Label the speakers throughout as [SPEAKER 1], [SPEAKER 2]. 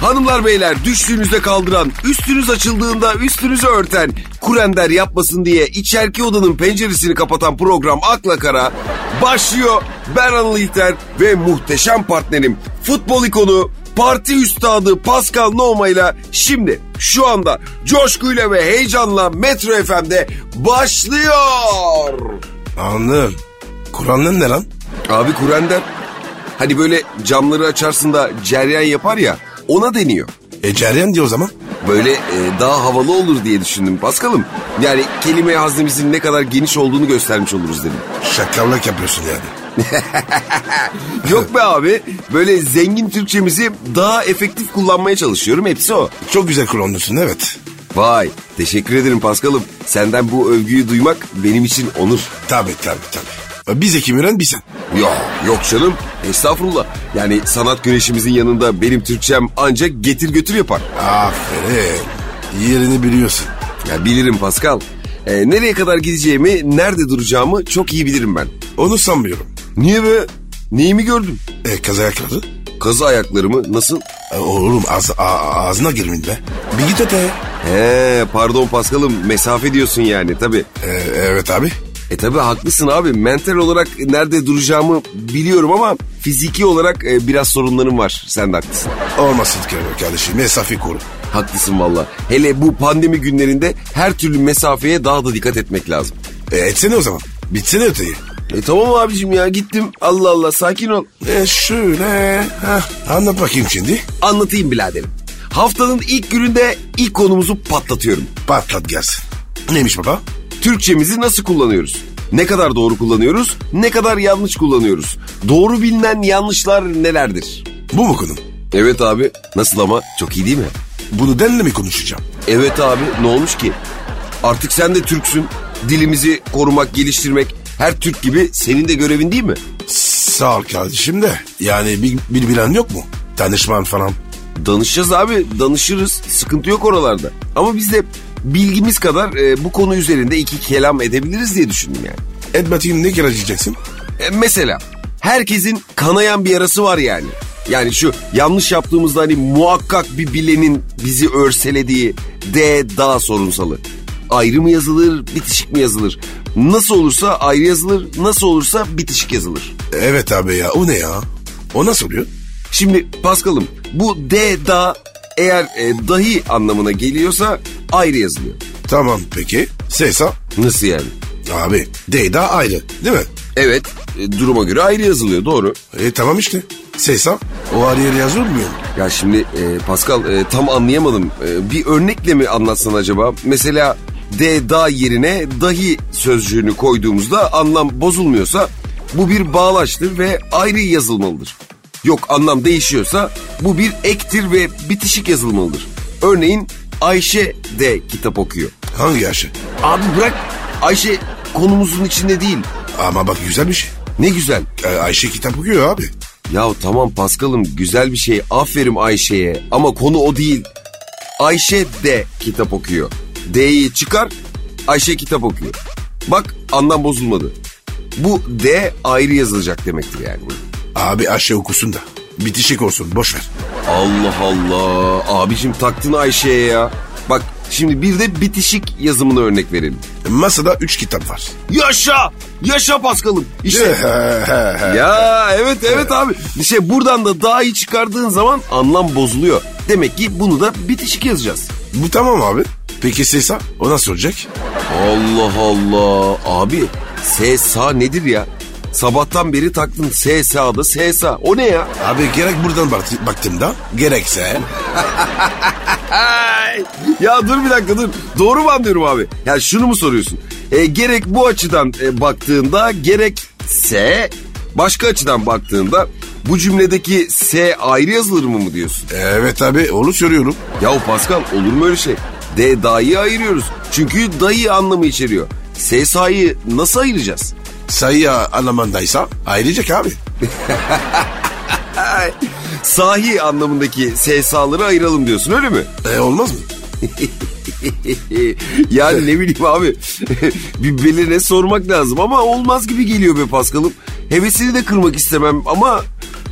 [SPEAKER 1] Hanımlar beyler düştüğünüzde kaldıran, üstünüz açıldığında üstünüzü örten, kurender yapmasın diye içerki odanın penceresini kapatan program Akla Kara başlıyor. Ben Anıl İlter ve muhteşem partnerim futbol ikonu parti üstadı Pascal Noma ile şimdi şu anda coşkuyla ve heyecanla Metro FM'de başlıyor.
[SPEAKER 2] Anıl. Kur'an'ın ne lan?
[SPEAKER 1] Abi kurender hani böyle camları açarsın da ceryan yapar ya ona deniyor.
[SPEAKER 2] E ceryan diyor o zaman.
[SPEAKER 1] Böyle e, daha havalı olur diye düşündüm Paskal'ım. Yani kelime haznemizin ne kadar geniş olduğunu göstermiş oluruz dedim.
[SPEAKER 2] Şakallık yapıyorsun yani.
[SPEAKER 1] Yok be abi böyle zengin Türkçemizi daha efektif kullanmaya çalışıyorum hepsi o.
[SPEAKER 2] Çok güzel kullanıyorsun evet.
[SPEAKER 1] Vay teşekkür ederim Paskal'ım. Senden bu övgüyü duymak benim için onur.
[SPEAKER 2] Tabii tabii tabii. E, Biz Ekim Eren biz sen.
[SPEAKER 1] Ya yok canım estağfurullah. Yani sanat güneşimizin yanında benim Türkçem ancak getir götür yapar.
[SPEAKER 2] Aferin. Yerini biliyorsun.
[SPEAKER 1] Ya bilirim Pascal. Ee, nereye kadar gideceğimi, nerede duracağımı çok iyi bilirim ben.
[SPEAKER 2] Onu sanmıyorum.
[SPEAKER 1] Niye be? Neyimi gördüm?
[SPEAKER 2] E kaza yakaladı.
[SPEAKER 1] Kazı ayaklarımı nasıl?
[SPEAKER 2] E, oğlum ağz, a- ağzına girmeyin be. Bir git öteye.
[SPEAKER 1] He pardon Paskal'ım mesafe diyorsun yani tabii.
[SPEAKER 2] E, evet abi.
[SPEAKER 1] E tabi haklısın abi. Mental olarak nerede duracağımı biliyorum ama fiziki olarak e, biraz sorunlarım var. Sen de haklısın.
[SPEAKER 2] Olmasın ki kardeşim. Mesafe koru.
[SPEAKER 1] Haklısın valla. Hele bu pandemi günlerinde her türlü mesafeye daha da dikkat etmek lazım.
[SPEAKER 2] E, etsene o zaman. Bitsene öteyi.
[SPEAKER 1] E tamam abicim ya gittim. Allah Allah sakin ol.
[SPEAKER 2] E şöyle. Hah, anlat bakayım şimdi.
[SPEAKER 1] Anlatayım biraderim. Haftanın ilk gününde ilk konumuzu patlatıyorum.
[SPEAKER 2] Patlat gelsin. Neymiş baba?
[SPEAKER 1] Türkçemizi nasıl kullanıyoruz? Ne kadar doğru kullanıyoruz, ne kadar yanlış kullanıyoruz? Doğru bilinen yanlışlar nelerdir?
[SPEAKER 2] Bu mu konu?
[SPEAKER 1] Evet abi, nasıl ama? Çok iyi değil mi?
[SPEAKER 2] Bunu denle mi konuşacağım?
[SPEAKER 1] Evet abi ne olmuş ki? Artık sen de Türksün. Dilimizi korumak, geliştirmek her Türk gibi senin de görevin değil mi?
[SPEAKER 2] Sağ ol kardeşim de. Yani bir, bir bilen yok mu? Tanışman falan.
[SPEAKER 1] Danışacağız abi, danışırız. Sıkıntı yok oralarda. Ama biz de bilgimiz kadar e, bu konu üzerinde iki kelam edebiliriz diye düşündüm yani.
[SPEAKER 2] Et bakayım ne kere diyeceksin?
[SPEAKER 1] E, mesela herkesin kanayan bir yarası var yani. Yani şu yanlış yaptığımızda hani muhakkak bir bilenin bizi örselediği D daha sorunsalı. Ayrı mı yazılır, bitişik mi yazılır? Nasıl olursa ayrı yazılır, nasıl olursa bitişik yazılır.
[SPEAKER 2] Evet abi ya o ne ya? O nasıl oluyor?
[SPEAKER 1] Şimdi Paskal'ım bu D da eğer e, dahi anlamına geliyorsa ayrı yazılıyor.
[SPEAKER 2] Tamam peki. Sesa.
[SPEAKER 1] Nasıl yani?
[SPEAKER 2] Abi Deyda ayrı değil mi?
[SPEAKER 1] Evet e, duruma göre ayrı yazılıyor doğru.
[SPEAKER 2] E tamam işte. Sesa. O ayrı yere yazılmıyor mu?
[SPEAKER 1] Ya şimdi e, Pascal e, tam anlayamadım. E, bir örnekle mi anlatsan acaba? Mesela D da yerine dahi sözcüğünü koyduğumuzda anlam bozulmuyorsa bu bir bağlaçtır ve ayrı yazılmalıdır. Yok anlam değişiyorsa bu bir ektir ve bitişik yazılmalıdır. Örneğin Ayşe de kitap okuyor.
[SPEAKER 2] Hangi yaşı?
[SPEAKER 1] Abi bırak Ayşe konumuzun içinde değil.
[SPEAKER 2] Ama bak güzel bir şey.
[SPEAKER 1] Ne güzel.
[SPEAKER 2] E, Ayşe kitap okuyor abi.
[SPEAKER 1] Ya tamam Paskal'ım güzel bir şey aferin Ayşe'ye ama konu o değil. Ayşe de kitap okuyor. D'yi çıkar Ayşe kitap okuyor. Bak anlam bozulmadı. Bu D ayrı yazılacak demektir yani.
[SPEAKER 2] Abi Ayşe okusun da. Bitişik olsun boş ver.
[SPEAKER 1] Allah Allah abicim taktın Ayşe'ye ya. Bak şimdi bir de bitişik yazımını örnek verelim.
[SPEAKER 2] Masada üç kitap var.
[SPEAKER 1] Yaşa! Yaşa Paskal'ım! İşte Ya evet evet abi. İşte buradan da daha iyi çıkardığın zaman anlam bozuluyor. Demek ki bunu da bitişik yazacağız.
[SPEAKER 2] Bu tamam abi. Peki Sesa o nasıl olacak?
[SPEAKER 1] Allah Allah. Abi SSA nedir ya? Sabahtan beri taktın SSA'da SSA. O ne ya?
[SPEAKER 2] Abi gerek buradan bak- baktığımda gerekse
[SPEAKER 1] Ay, ya dur bir dakika dur. Doğru mu anlıyorum abi? Ya şunu mu soruyorsun? E, gerek bu açıdan e, baktığında gerekse başka açıdan baktığında bu cümledeki S ayrı yazılır mı mı diyorsun?
[SPEAKER 2] Evet abi onu soruyorum.
[SPEAKER 1] Yahu Pascal olur mu öyle şey? D dayı ayırıyoruz. Çünkü dayı anlamı içeriyor. SSA'yı nasıl ayıracağız?
[SPEAKER 2] Sayı anlamındaysa ayrıca abi.
[SPEAKER 1] Ay, sahi anlamındaki SSA'ları ayıralım diyorsun öyle mi?
[SPEAKER 2] E, olmaz mı?
[SPEAKER 1] yani ne bileyim abi bir belirine sormak lazım ama olmaz gibi geliyor be Paskal'ım. Hevesini de kırmak istemem ama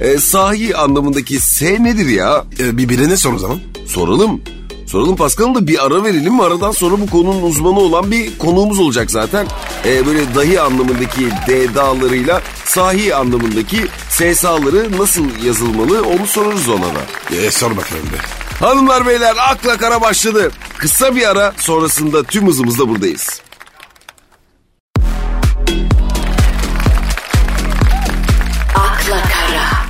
[SPEAKER 1] E, sahi anlamındaki S nedir ya?
[SPEAKER 2] Ee, bir birine sor o zaman.
[SPEAKER 1] Soralım. Soralım Paskal'ım da bir ara verelim. Aradan sonra bu konunun uzmanı olan bir konuğumuz olacak zaten. Ee, böyle dahi anlamındaki D dağlarıyla sahi anlamındaki SSA'ları nasıl yazılmalı onu sorarız ona da.
[SPEAKER 2] Ee, sor bakalım be.
[SPEAKER 1] Hanımlar beyler akla kara başladı. Kısa bir ara sonrasında tüm hızımızla buradayız.
[SPEAKER 3] akla kara,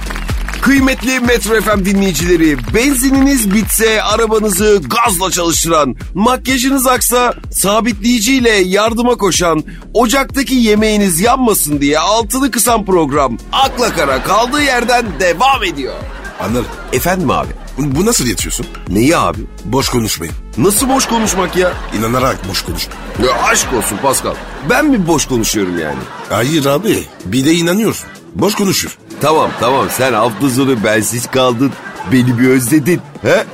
[SPEAKER 1] Kıymetli Metro FM dinleyicileri, benzininiz bitse arabanızı gazla çalıştıran, makyajınız aksa sabitleyiciyle yardıma koşan, ocaktaki yemeğiniz yanmasın diye altını kısan program akla kara kaldığı yerden devam ediyor.
[SPEAKER 2] Anlar.
[SPEAKER 1] Efendim abi,
[SPEAKER 2] Bu, bu nasıl yetiyorsun?
[SPEAKER 1] neyi abi?
[SPEAKER 2] Boş konuşmayın.
[SPEAKER 1] Nasıl boş konuşmak ya?
[SPEAKER 2] İnanarak boş konuşma.
[SPEAKER 1] Ya aşk olsun Pascal. Ben mi boş konuşuyorum yani?
[SPEAKER 2] Hayır abi. Bir de inanıyorsun. Boş konuşur.
[SPEAKER 1] Tamam tamam sen hafta sonu bensiz kaldın. Beni bir özledin. He?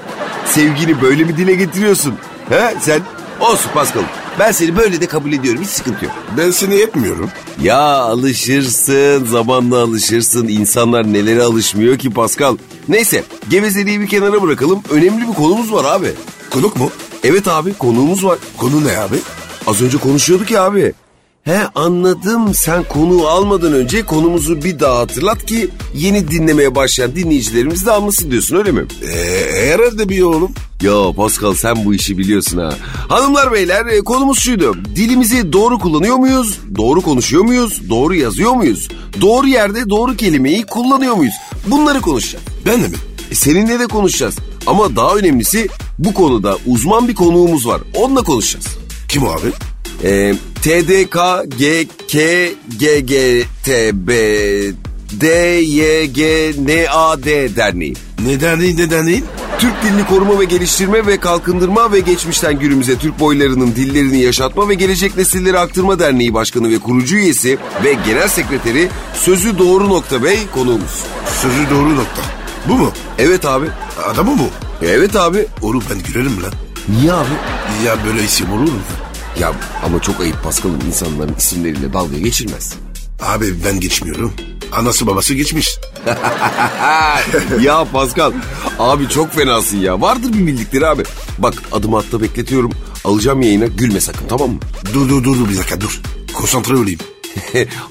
[SPEAKER 1] Sevgini böyle mi dile getiriyorsun? He? Sen olsun Paskal'ım. Ben seni böyle de kabul ediyorum. Hiç sıkıntı yok.
[SPEAKER 2] Ben seni etmiyorum.
[SPEAKER 1] Ya alışırsın. Zamanla alışırsın. İnsanlar nelere alışmıyor ki Paskal. Neyse gevezeliği bir kenara bırakalım. Önemli bir konumuz var abi.
[SPEAKER 2] Konuk mu?
[SPEAKER 1] Evet abi konuğumuz var.
[SPEAKER 2] Konu ne abi?
[SPEAKER 1] Az önce konuşuyorduk ya abi. He anladım sen konuğu almadan önce konumuzu bir daha hatırlat ki yeni dinlemeye başlayan dinleyicilerimiz de anlasın diyorsun öyle mi?
[SPEAKER 2] Ee, herhalde bir oğlum.
[SPEAKER 1] Ya Pascal sen bu işi biliyorsun ha. Hanımlar beyler e, konumuz şuydu. Dilimizi doğru kullanıyor muyuz? Doğru konuşuyor muyuz? Doğru yazıyor muyuz? Doğru yerde doğru kelimeyi kullanıyor muyuz? Bunları konuşacağız.
[SPEAKER 2] Ben de mi?
[SPEAKER 1] E, seninle de konuşacağız. Ama daha önemlisi bu konuda uzman bir konuğumuz var. Onunla konuşacağız.
[SPEAKER 2] Kim o abi?
[SPEAKER 1] E, TDK GK GGTB DYGNAD Derneği.
[SPEAKER 2] Neden değil neden değil?
[SPEAKER 1] Türk Dilini Koruma ve Geliştirme ve Kalkındırma ve Geçmişten Günümüze Türk Boylarının Dillerini Yaşatma ve Gelecek Nesillere Aktarma Derneği Başkanı ve kurucu üyesi ve genel sekreteri Sözü Doğru Nokta Bey konuğumuz.
[SPEAKER 2] Sözü doğru nokta. Bu mu?
[SPEAKER 1] Evet abi.
[SPEAKER 2] Adamı bu.
[SPEAKER 1] Evet abi.
[SPEAKER 2] Oğlum ben gülerim lan.
[SPEAKER 1] Niye abi?
[SPEAKER 2] Ya böyle isim olur mu?
[SPEAKER 1] Ya ama çok ayıp Paskal'ım insanların isimleriyle dalga geçilmez.
[SPEAKER 2] Abi ben geçmiyorum. Anası babası geçmiş.
[SPEAKER 1] ya Pascal abi çok fenasın ya. Vardır bir bildikleri abi. Bak adımı hatta bekletiyorum. Alacağım yayına gülme sakın tamam mı?
[SPEAKER 2] Dur dur dur dur bir dakika dur. Konsantre olayım.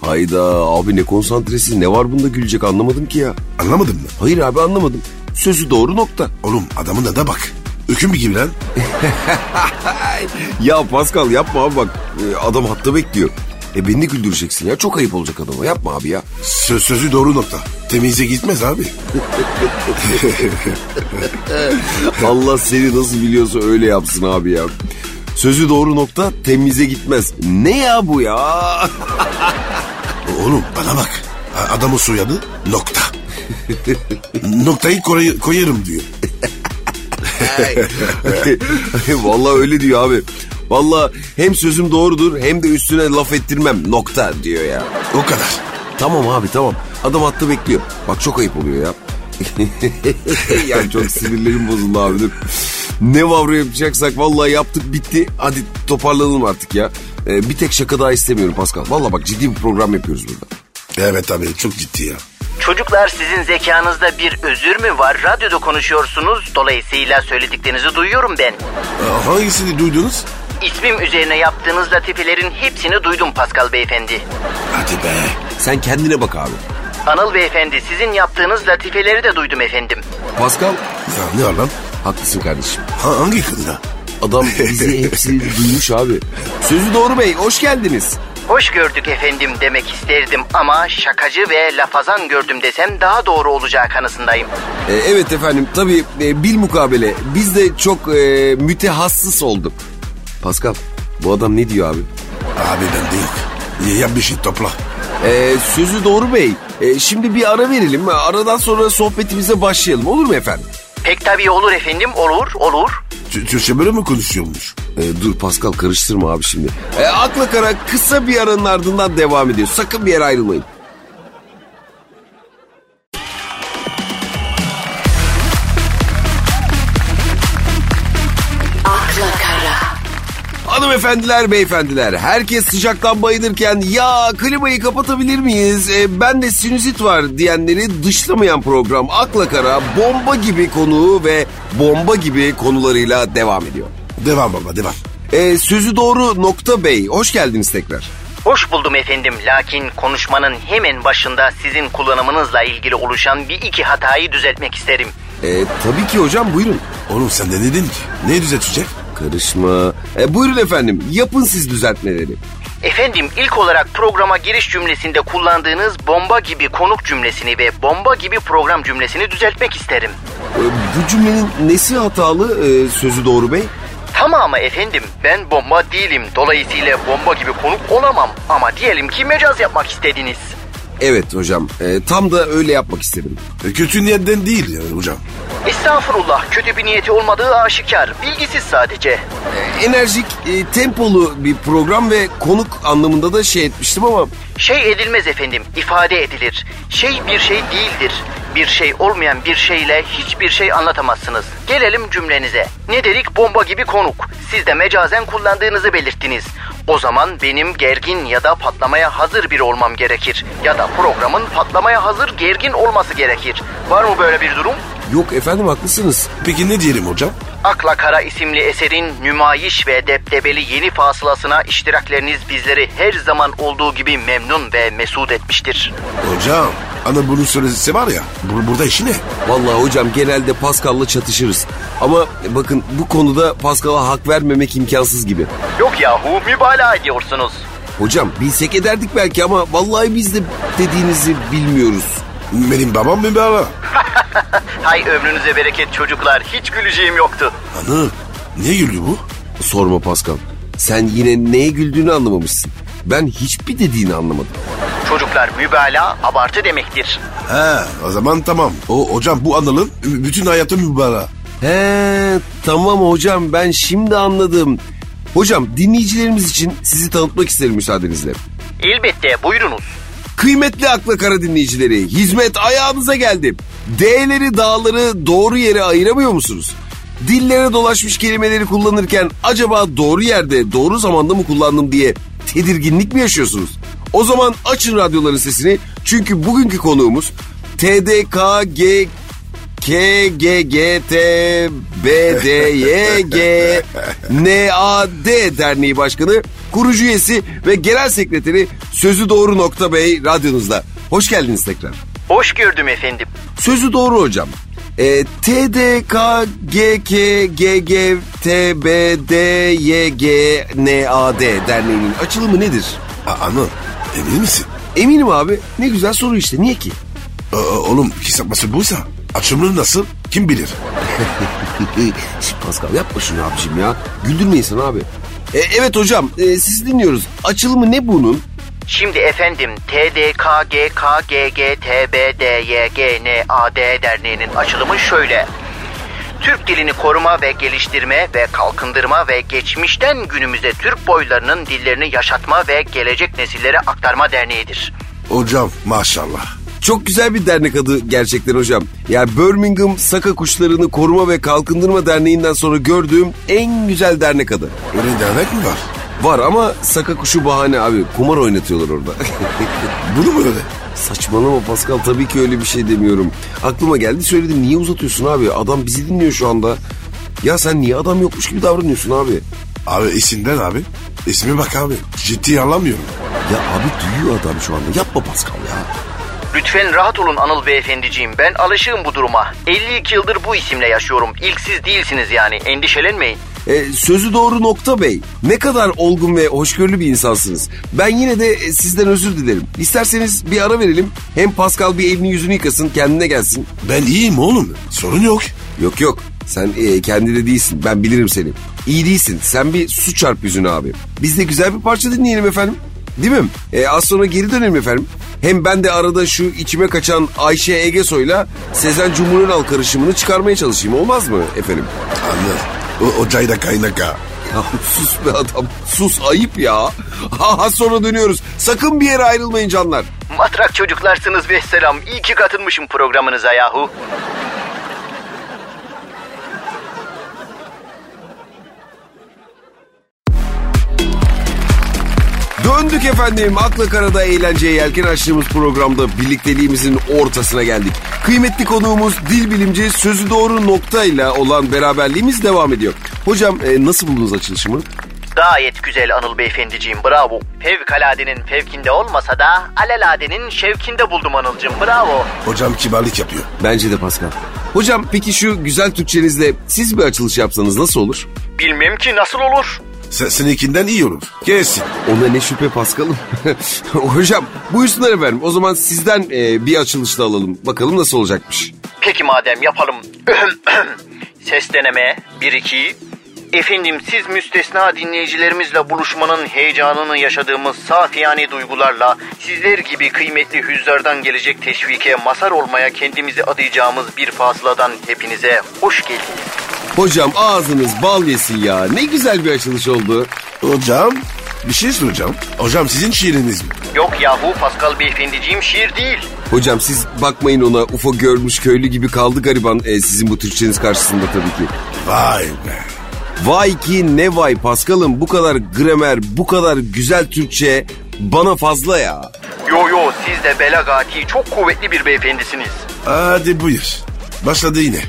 [SPEAKER 1] Hayda abi ne konsantresi ne var bunda gülecek anlamadım ki ya.
[SPEAKER 2] Anlamadın mı?
[SPEAKER 1] Hayır abi anlamadım. Sözü doğru nokta.
[SPEAKER 2] Oğlum adamın da bak. Öküm gibi lan.
[SPEAKER 1] Ya Pascal yapma abi bak e, adam hatta bekliyor. E beni de güldüreceksin ya çok ayıp olacak adama yapma abi ya.
[SPEAKER 2] Sö- sözü doğru nokta. Temize gitmez abi.
[SPEAKER 1] Allah seni nasıl biliyorsa öyle yapsın abi ya. Sözü doğru nokta temize gitmez. Ne ya bu ya?
[SPEAKER 2] Oğlum bana bak. A- Adamın soyadı nokta. Noktayı koy- koyarım diyor.
[SPEAKER 1] Vallahi öyle diyor abi. Vallahi hem sözüm doğrudur hem de üstüne laf ettirmem nokta diyor ya.
[SPEAKER 2] O kadar.
[SPEAKER 1] Tamam abi tamam. Adam hatta bekliyor. Bak çok ayıp oluyor ya. yani çok sinirlerim bozuldu abi. Dur. Ne vavru yapacaksak vallahi yaptık bitti. Hadi toparlanalım artık ya. Ee, bir tek şaka daha istemiyorum Pascal. Vallahi bak ciddi bir program yapıyoruz burada.
[SPEAKER 2] Evet abi çok ciddi ya.
[SPEAKER 4] Çocuklar sizin zekanızda bir özür mü var? Radyoda konuşuyorsunuz. Dolayısıyla söylediklerinizi duyuyorum ben.
[SPEAKER 2] Aa, Hangisini duydunuz?
[SPEAKER 4] İsmim üzerine yaptığınız latifelerin hepsini duydum Pascal beyefendi.
[SPEAKER 2] Hadi be.
[SPEAKER 1] Sen kendine bak abi.
[SPEAKER 4] Anıl beyefendi sizin yaptığınız latifeleri de duydum efendim.
[SPEAKER 1] Pascal
[SPEAKER 2] Ya ne var lan?
[SPEAKER 1] haklısın kardeşim.
[SPEAKER 2] Ha, hangi kadına?
[SPEAKER 1] Adam bizi hepsini duymuş abi. Sözü doğru bey hoş geldiniz.
[SPEAKER 4] Hoş gördük efendim demek isterdim ama şakacı ve lafazan gördüm desem daha doğru olacağı kanısındayım.
[SPEAKER 1] E, evet efendim tabii e, bil mukabele biz de çok e, mütehassıs olduk. Pascal bu adam ne diyor abi?
[SPEAKER 2] Abi bende yok. Ya, ya bir şey topla.
[SPEAKER 1] E, sözü doğru bey. E, şimdi bir ara verelim. Aradan sonra sohbetimize başlayalım olur mu efendim?
[SPEAKER 4] Pek tabii olur efendim olur olur.
[SPEAKER 2] Tü- Türkçe böyle mi konuşuyormuş?
[SPEAKER 1] E, dur Pascal karıştırma abi şimdi. E, akla kara kısa bir aranın ardından devam ediyor. Sakın bir yere ayrılmayın.
[SPEAKER 3] akla kara,
[SPEAKER 1] Hanım Hanımefendiler, beyefendiler, herkes sıcaktan bayılırken ya klimayı kapatabilir miyiz? E, ben de sinüzit var diyenleri dışlamayan program Akla Kara bomba gibi konuğu ve bomba gibi konularıyla devam ediyor.
[SPEAKER 2] Devam baba devam.
[SPEAKER 1] E, sözü doğru Nokta Bey, hoş geldiniz tekrar.
[SPEAKER 4] Hoş buldum efendim lakin konuşmanın hemen başında sizin kullanımınızla ilgili oluşan bir iki hatayı düzeltmek isterim.
[SPEAKER 1] E, tabii ki hocam buyurun.
[SPEAKER 2] Oğlum sen de ne dedin ki? Ne düzeltecek?
[SPEAKER 1] Karışma. E, buyurun efendim, yapın siz düzeltmeleri.
[SPEAKER 4] Efendim ilk olarak programa giriş cümlesinde kullandığınız bomba gibi konuk cümlesini ve bomba gibi program cümlesini düzeltmek isterim.
[SPEAKER 1] E, bu cümlenin nesi hatalı e, sözü doğru Bey?
[SPEAKER 4] Tamamı efendim ben bomba değilim dolayısıyla bomba gibi konuk olamam ama diyelim ki mecaz yapmak istediniz.
[SPEAKER 1] Evet hocam, e, tam da öyle yapmak istedim.
[SPEAKER 2] E, Kötü niyetten değil yani hocam.
[SPEAKER 4] Estağfurullah kötü bir niyeti olmadığı aşikar bilgisiz sadece.
[SPEAKER 1] enerjik, e, tempolu bir program ve konuk anlamında da şey etmiştim ama
[SPEAKER 4] Şey edilmez efendim, ifade edilir. Şey bir şey değildir. Bir şey olmayan bir şeyle hiçbir şey anlatamazsınız. Gelelim cümlenize. Ne dedik bomba gibi konuk. Siz de mecazen kullandığınızı belirttiniz. O zaman benim gergin ya da patlamaya hazır biri olmam gerekir. Ya da programın patlamaya hazır gergin olması gerekir. Var mı böyle bir durum?
[SPEAKER 1] yok efendim haklısınız.
[SPEAKER 2] Peki ne diyelim hocam?
[SPEAKER 4] Akla Kara isimli eserin nümayiş ve deptebeli yeni fasılasına iştirakleriniz bizleri her zaman olduğu gibi memnun ve mesut etmiştir.
[SPEAKER 2] Hocam ana bunu söylese var ya bu- burada işi ne?
[SPEAKER 1] Vallahi hocam genelde Pascal'la çatışırız. Ama bakın bu konuda Pascal'a hak vermemek imkansız gibi.
[SPEAKER 4] Yok yahu mübalağa ediyorsunuz.
[SPEAKER 1] Hocam bilsek ederdik belki ama vallahi biz de dediğinizi bilmiyoruz.
[SPEAKER 2] Benim babam mı baba?
[SPEAKER 4] Hay ömrünüze bereket çocuklar hiç güleceğim yoktu.
[SPEAKER 2] Anı niye gülüyor bu?
[SPEAKER 1] Sorma Pascal. Sen yine neye güldüğünü anlamamışsın. Ben hiçbir dediğini anlamadım.
[SPEAKER 4] Çocuklar mübalağa abartı demektir.
[SPEAKER 2] Ha o zaman tamam. O hocam bu anılın bütün hayatı mübarek.
[SPEAKER 1] He tamam hocam ben şimdi anladım. Hocam dinleyicilerimiz için sizi tanıtmak isterim müsaadenizle.
[SPEAKER 4] Elbette buyurunuz.
[SPEAKER 1] Kıymetli Akla Kara dinleyicileri, hizmet ayağınıza geldi. D'leri dağları doğru yere ayıramıyor musunuz? Dillere dolaşmış kelimeleri kullanırken acaba doğru yerde doğru zamanda mı kullandım diye tedirginlik mi yaşıyorsunuz? O zaman açın radyoların sesini çünkü bugünkü konuğumuz TDKG K G G T B D Y G N A D Derneği Başkanı, kurucu üyesi ve genel sekreteri Sözü Doğru Nokta Bey radyonuzda. Hoş geldiniz tekrar.
[SPEAKER 4] Hoş gördüm efendim.
[SPEAKER 1] Sözü doğru hocam. E, T D K G K G G T B D Y G N A D derneğinin açılımı nedir?
[SPEAKER 2] A, anı emin misin?
[SPEAKER 1] Eminim abi ne güzel soru işte niye ki?
[SPEAKER 2] Aa, oğlum kısaltması buysa açımlı nasıl kim bilir?
[SPEAKER 1] Şişt Pascal yapma şunu abicim ya. Güldürme insanı abi. E, evet hocam e, sizi dinliyoruz. Açılımı ne bunun?
[SPEAKER 4] Şimdi efendim TDKGKGGTBDYGNAD derneğinin açılımı şöyle. Türk dilini koruma ve geliştirme ve kalkındırma ve geçmişten günümüze Türk boylarının dillerini yaşatma ve gelecek nesillere aktarma derneğidir.
[SPEAKER 2] Hocam maşallah.
[SPEAKER 1] Çok güzel bir dernek adı gerçekten hocam. Ya Birmingham Saka Kuşlarını Koruma ve Kalkındırma Derneği'nden sonra gördüğüm en güzel dernek adı.
[SPEAKER 2] Öyle dernek mi var?
[SPEAKER 1] Var ama Saka Kuşu bahane abi. Kumar oynatıyorlar orada.
[SPEAKER 2] Bunu mu öyle?
[SPEAKER 1] Saçmalama Pascal tabii ki öyle bir şey demiyorum. Aklıma geldi söyledim niye uzatıyorsun abi? Adam bizi dinliyor şu anda. Ya sen niye adam yokmuş gibi davranıyorsun abi?
[SPEAKER 2] Abi isimden abi. İsmi bak abi. Ciddi anlamıyorum.
[SPEAKER 1] Ya abi duyuyor adam şu anda. Yapma Pascal ya.
[SPEAKER 4] Lütfen rahat olun Anıl beyefendiciğim. Ben alışığım bu duruma. 52 yıldır bu isimle yaşıyorum. İlk siz değilsiniz yani. Endişelenmeyin.
[SPEAKER 1] E, sözü doğru nokta bey. Ne kadar olgun ve hoşgörülü bir insansınız. Ben yine de e, sizden özür dilerim. İsterseniz bir ara verelim. Hem Pascal bir elini yüzünü yıkasın kendine gelsin.
[SPEAKER 2] Ben iyiyim oğlum. Sorun yok.
[SPEAKER 1] Yok yok sen e, kendine değilsin ben bilirim seni. İyi değilsin sen bir su çarp yüzüne abi. Biz de güzel bir parça dinleyelim efendim. Değil mi? E, az sonra geri dönelim efendim. Hem ben de arada şu içime kaçan Ayşe Egesoy'la Sezen Cumhurunal karışımını çıkarmaya çalışayım olmaz mı efendim?
[SPEAKER 2] Anladım. O, o çayda kaynak ha.
[SPEAKER 1] Ya sus be adam sus ayıp ya. Ha ha sonra dönüyoruz. Sakın bir yere ayrılmayın canlar.
[SPEAKER 4] Matrak çocuklarsınız ve selam. İyi ki katılmışım programınıza yahu.
[SPEAKER 1] Döndük efendim. Akla Karada eğlenceye yelken açtığımız programda birlikteliğimizin ortasına geldik. Kıymetli konuğumuz dil bilimci sözü doğru noktayla olan beraberliğimiz devam ediyor. Hocam e, nasıl buldunuz açılışımı?
[SPEAKER 4] Gayet güzel Anıl Beyefendiciğim bravo. Fevkaladenin fevkinde olmasa da aleladenin şevkinde buldum Anılcım bravo.
[SPEAKER 2] Hocam kibarlık yapıyor.
[SPEAKER 1] Bence de Pascal. Hocam peki şu güzel Türkçenizle siz bir açılış yapsanız nasıl olur?
[SPEAKER 4] Bilmem ki nasıl olur.
[SPEAKER 2] Sen, seninkinden iyi olur. Kesin.
[SPEAKER 1] Ona ne şüphe Paskal'ım. Hocam buyursunlar efendim. O zaman sizden e, bir açılış da alalım. Bakalım nasıl olacakmış.
[SPEAKER 4] Peki madem yapalım. Ses deneme 1-2. Efendim siz müstesna dinleyicilerimizle buluşmanın heyecanını yaşadığımız safiyane duygularla sizler gibi kıymetli hüzzardan gelecek teşvike mazhar olmaya kendimizi adayacağımız bir fasıladan hepinize hoş geldiniz.
[SPEAKER 1] Hocam ağzınız bal yesin ya. Ne güzel bir açılış oldu.
[SPEAKER 2] Hocam bir şey soracağım. Hocam sizin şiiriniz mi?
[SPEAKER 4] Yok yahu Pascal beyefendiciğim şiir değil.
[SPEAKER 1] Hocam siz bakmayın ona UFO görmüş köylü gibi kaldı gariban e, sizin bu Türkçeniz karşısında tabii ki.
[SPEAKER 2] Vay be.
[SPEAKER 1] Vay ki ne vay Paskal'ım bu kadar gramer, bu kadar güzel Türkçe bana fazla ya.
[SPEAKER 4] Yo yo siz de belagati çok kuvvetli bir beyefendisiniz.
[SPEAKER 2] Hadi buyur. Başladı yine.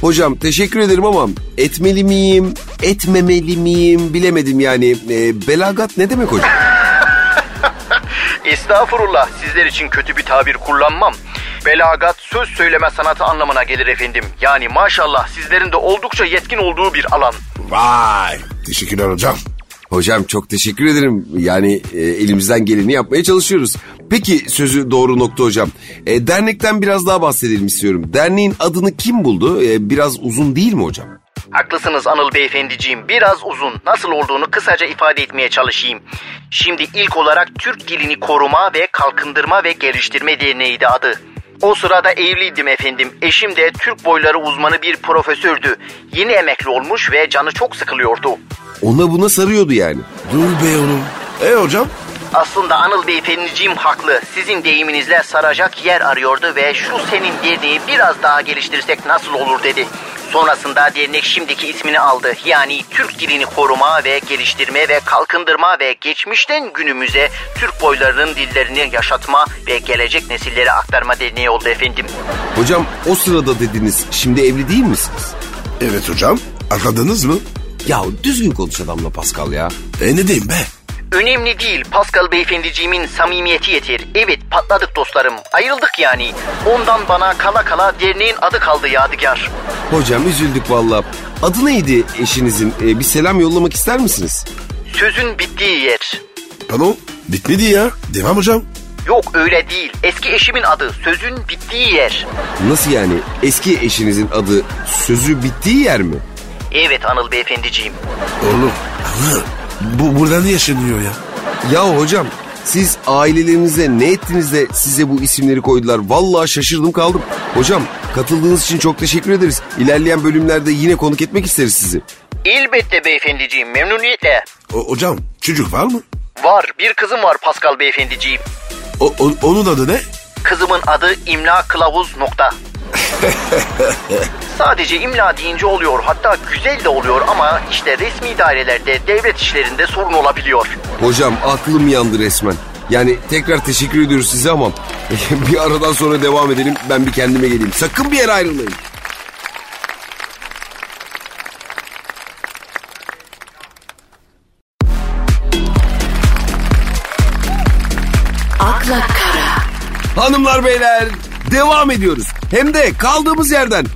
[SPEAKER 1] Hocam teşekkür ederim ama etmeli miyim, etmemeli miyim bilemedim yani. E, belagat ne demek hocam?
[SPEAKER 4] Estağfurullah sizler için kötü bir tabir kullanmam. Belagat söz söyleme sanatı anlamına gelir efendim. Yani maşallah sizlerin de oldukça yetkin olduğu bir alan.
[SPEAKER 2] Vay. Teşekkürler hocam.
[SPEAKER 1] Hocam çok teşekkür ederim. Yani e, elimizden geleni yapmaya çalışıyoruz. Peki sözü doğru nokta hocam. E, dernekten biraz daha bahsedelim istiyorum. Derneğin adını kim buldu? E, biraz uzun değil mi hocam?
[SPEAKER 4] Haklısınız Anıl beyefendiciğim biraz uzun. Nasıl olduğunu kısaca ifade etmeye çalışayım. Şimdi ilk olarak Türk Dilini Koruma ve Kalkındırma ve Geliştirme Derneği'ydi adı. O sırada evliydim efendim. Eşim de Türk boyları uzmanı bir profesördü. Yeni emekli olmuş ve canı çok sıkılıyordu.
[SPEAKER 1] Ona buna sarıyordu yani.
[SPEAKER 2] Dur be oğlum. E hocam?
[SPEAKER 4] Aslında Anıl beyefendiciğim haklı. Sizin deyiminizle saracak yer arıyordu ve şu senin dediği biraz daha geliştirsek nasıl olur dedi. Sonrasında dernek şimdiki ismini aldı. Yani Türk dilini koruma ve geliştirme ve kalkındırma ve geçmişten günümüze Türk boylarının dillerini yaşatma ve gelecek nesillere aktarma derneği oldu efendim.
[SPEAKER 1] Hocam o sırada dediniz şimdi evli değil misiniz?
[SPEAKER 2] Evet hocam. Anladınız mı?
[SPEAKER 1] Ya düzgün konuş adamla Pascal ya.
[SPEAKER 2] E ne diyeyim be?
[SPEAKER 4] Önemli değil. Pascal beyefendiciğimin samimiyeti yeter. Evet patladık dostlarım. Ayrıldık yani. Ondan bana kala kala derneğin adı kaldı Yadigar.
[SPEAKER 1] Hocam üzüldük valla. Adı neydi eşinizin? E, bir selam yollamak ister misiniz?
[SPEAKER 4] Sözün bittiği yer.
[SPEAKER 2] Pardon. Bitmedi ya. Devam hocam.
[SPEAKER 4] Yok öyle değil. Eski eşimin adı. Sözün bittiği yer.
[SPEAKER 1] Nasıl yani? Eski eşinizin adı sözü bittiği yer mi?
[SPEAKER 4] Evet Anıl beyefendiciğim.
[SPEAKER 2] Oğlum. Anıl. Bu burada ne yaşanıyor ya?
[SPEAKER 1] Ya hocam siz ailelerinize ne ettiniz de size bu isimleri koydular? Vallahi şaşırdım kaldım. Hocam katıldığınız için çok teşekkür ederiz. İlerleyen bölümlerde yine konuk etmek isteriz sizi.
[SPEAKER 4] Elbette beyefendiciğim memnuniyetle.
[SPEAKER 2] O- hocam çocuk var mı?
[SPEAKER 4] Var bir kızım var Pascal beyefendiciğim.
[SPEAKER 2] O- o- onun adı ne?
[SPEAKER 4] Kızımın adı İmla Kılavuz nokta. Sadece imla deyince oluyor hatta güzel de oluyor ama işte resmi dairelerde devlet işlerinde sorun olabiliyor.
[SPEAKER 1] Hocam aklım yandı resmen. Yani tekrar teşekkür ediyoruz size ama bir aradan sonra devam edelim. Ben bir kendime geleyim. Sakın bir yere ayrılmayın.
[SPEAKER 3] akla kara,
[SPEAKER 1] Hanımlar beyler devam ediyoruz. Hem de kaldığımız yerden.